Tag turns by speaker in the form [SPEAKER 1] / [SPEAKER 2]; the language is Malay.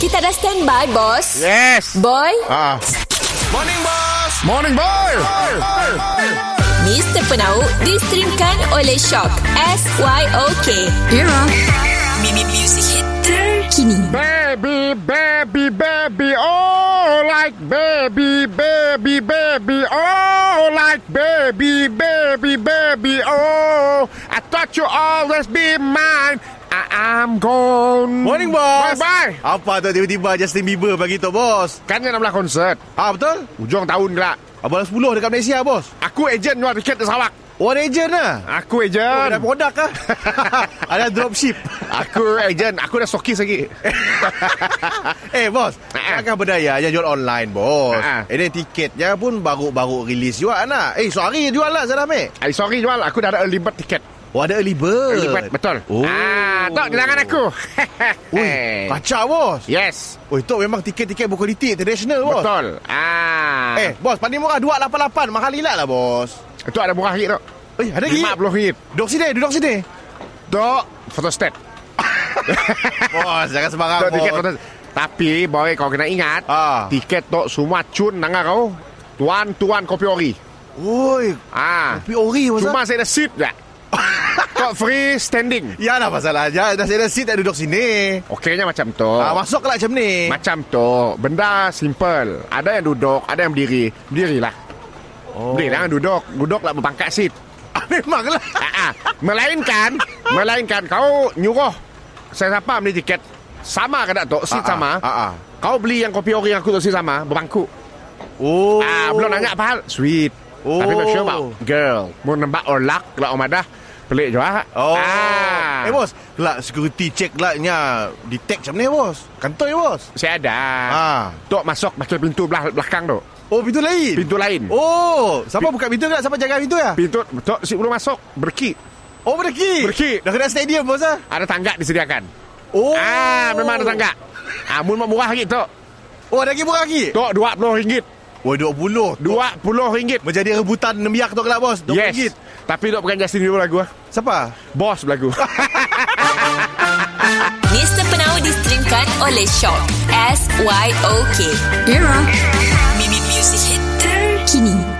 [SPEAKER 1] Kita dah standby, bos.
[SPEAKER 2] Yes.
[SPEAKER 1] Boy,
[SPEAKER 2] Ah.
[SPEAKER 3] Morning Boss
[SPEAKER 2] Morning boy.
[SPEAKER 1] Mr. Penau distrimkan oleh Shock. S-Y-O-K. Era. Mimi Music Hit terkini.
[SPEAKER 2] Baby, baby, baby, oh like baby, baby, baby, oh like baby, baby, baby, oh. I thought you always be mine. I, I'm gone.
[SPEAKER 3] Morning Boss
[SPEAKER 2] Bye bye.
[SPEAKER 3] Apa tu tiba-tiba Justin Bieber bagi tu Bos
[SPEAKER 2] Kan dia nak belah konsert.
[SPEAKER 3] Ah betul?
[SPEAKER 2] Ujung tahun gelak.
[SPEAKER 3] Abang 10 dekat Malaysia Bos
[SPEAKER 2] Aku ejen jual tiket ke Sarawak.
[SPEAKER 3] One agent lah
[SPEAKER 2] Aku
[SPEAKER 3] Oh,
[SPEAKER 2] ejen.
[SPEAKER 3] ada produk kah? ada dropship
[SPEAKER 2] Aku ejen. Aku dah stokis lagi.
[SPEAKER 3] Eh bos
[SPEAKER 2] Ha-ha.
[SPEAKER 3] Takkan berdaya Yang jual online bos
[SPEAKER 2] Ha-ha.
[SPEAKER 3] Eh then tiketnya pun Baru-baru rilis juga anak Eh sehari jual lah Sana Mek
[SPEAKER 2] Ay, sorry jual. Aku dah ada early bird tiket.
[SPEAKER 3] Oh ada early bird
[SPEAKER 2] Early bird, betul.
[SPEAKER 3] Oh
[SPEAKER 2] Ah, tak dilarang aku. Eh.
[SPEAKER 3] Ui, Kacau bos
[SPEAKER 2] Yes.
[SPEAKER 3] Oh itu memang tiket-tiket buku litik International bos
[SPEAKER 2] Betul. Ah.
[SPEAKER 3] Eh bos paling murah 288 Mahal ilat lah bos
[SPEAKER 2] Itu ada murah hit tak?
[SPEAKER 3] Eh ada lagi
[SPEAKER 2] RM50.
[SPEAKER 3] Duduk sini Duduk sini
[SPEAKER 2] Dok. Photostat.
[SPEAKER 3] Bos jangan sembarang
[SPEAKER 2] Dok
[SPEAKER 3] bos
[SPEAKER 2] tiket photostat. Tapi, boy, kau kena ingat.
[SPEAKER 3] oh. Ah.
[SPEAKER 2] Tiket tu semua cun nangar kau. Tuan-tuan kopi ori.
[SPEAKER 3] Oi
[SPEAKER 2] Ah.
[SPEAKER 3] Kopi ori bos
[SPEAKER 2] Cuma saya ada seat tak? Kau free standing.
[SPEAKER 3] Ya lah masalah aja Dah saya dah seat tak duduk sini
[SPEAKER 2] Okeynya macam tu.
[SPEAKER 3] Ah, masuk lah macam ni
[SPEAKER 2] Macam tu Benda simple Ada yang duduk Ada yang berdiri Berdirilah oh. Berdiri jangan duduk Duduk lah berpangkat seat
[SPEAKER 3] Ah, Memang lah
[SPEAKER 2] Ah, ah. Melainkan Melainkan kau nyuruh Saya siapa beli tiket Sama ke tak tu Seat
[SPEAKER 3] Ah, ah,
[SPEAKER 2] sama
[SPEAKER 3] ah, ah.
[SPEAKER 2] Kau beli yang kopi ori yang aku tu seat sama Berbangku
[SPEAKER 3] Oh
[SPEAKER 2] Ah, Belum nanya apa hal Sweet
[SPEAKER 3] Oh.
[SPEAKER 2] Tapi make sure about Girl Mau nembak olak Lah omadah Pelik je ah.
[SPEAKER 3] Oh
[SPEAKER 2] ah.
[SPEAKER 3] Eh bos Kelak security check kelaknya Detect macam ni bos Kantoi bos
[SPEAKER 2] Saya ada
[SPEAKER 3] Ah.
[SPEAKER 2] Tok masuk pakai pintu belah belakang tu
[SPEAKER 3] Oh pintu lain
[SPEAKER 2] Pintu lain
[SPEAKER 3] Oh Siapa buka pintu kelak Siapa jaga pintu ya
[SPEAKER 2] Pintu Tok si belum masuk Berki
[SPEAKER 3] Oh berki
[SPEAKER 2] Berki.
[SPEAKER 3] Dah kena stadium bos lah
[SPEAKER 2] Ada tangga disediakan
[SPEAKER 3] Oh
[SPEAKER 2] Ah, memang ada tangga Ah, mun mak murah lagi tok
[SPEAKER 3] Oh ada lagi murah lagi
[SPEAKER 2] Tok RM20
[SPEAKER 3] Oh 20
[SPEAKER 2] RM20
[SPEAKER 3] Menjadi rebutan Nemiak tu kelak bos
[SPEAKER 2] Yes
[SPEAKER 3] RM20.
[SPEAKER 2] Tapi dok bukan Justin Bieber lagu ah.
[SPEAKER 3] Siapa?
[SPEAKER 2] Bos lagu
[SPEAKER 1] Mr. Penau distrimkan oleh Shock. S-Y-O-K. Era. Mimi Music Hit terkini.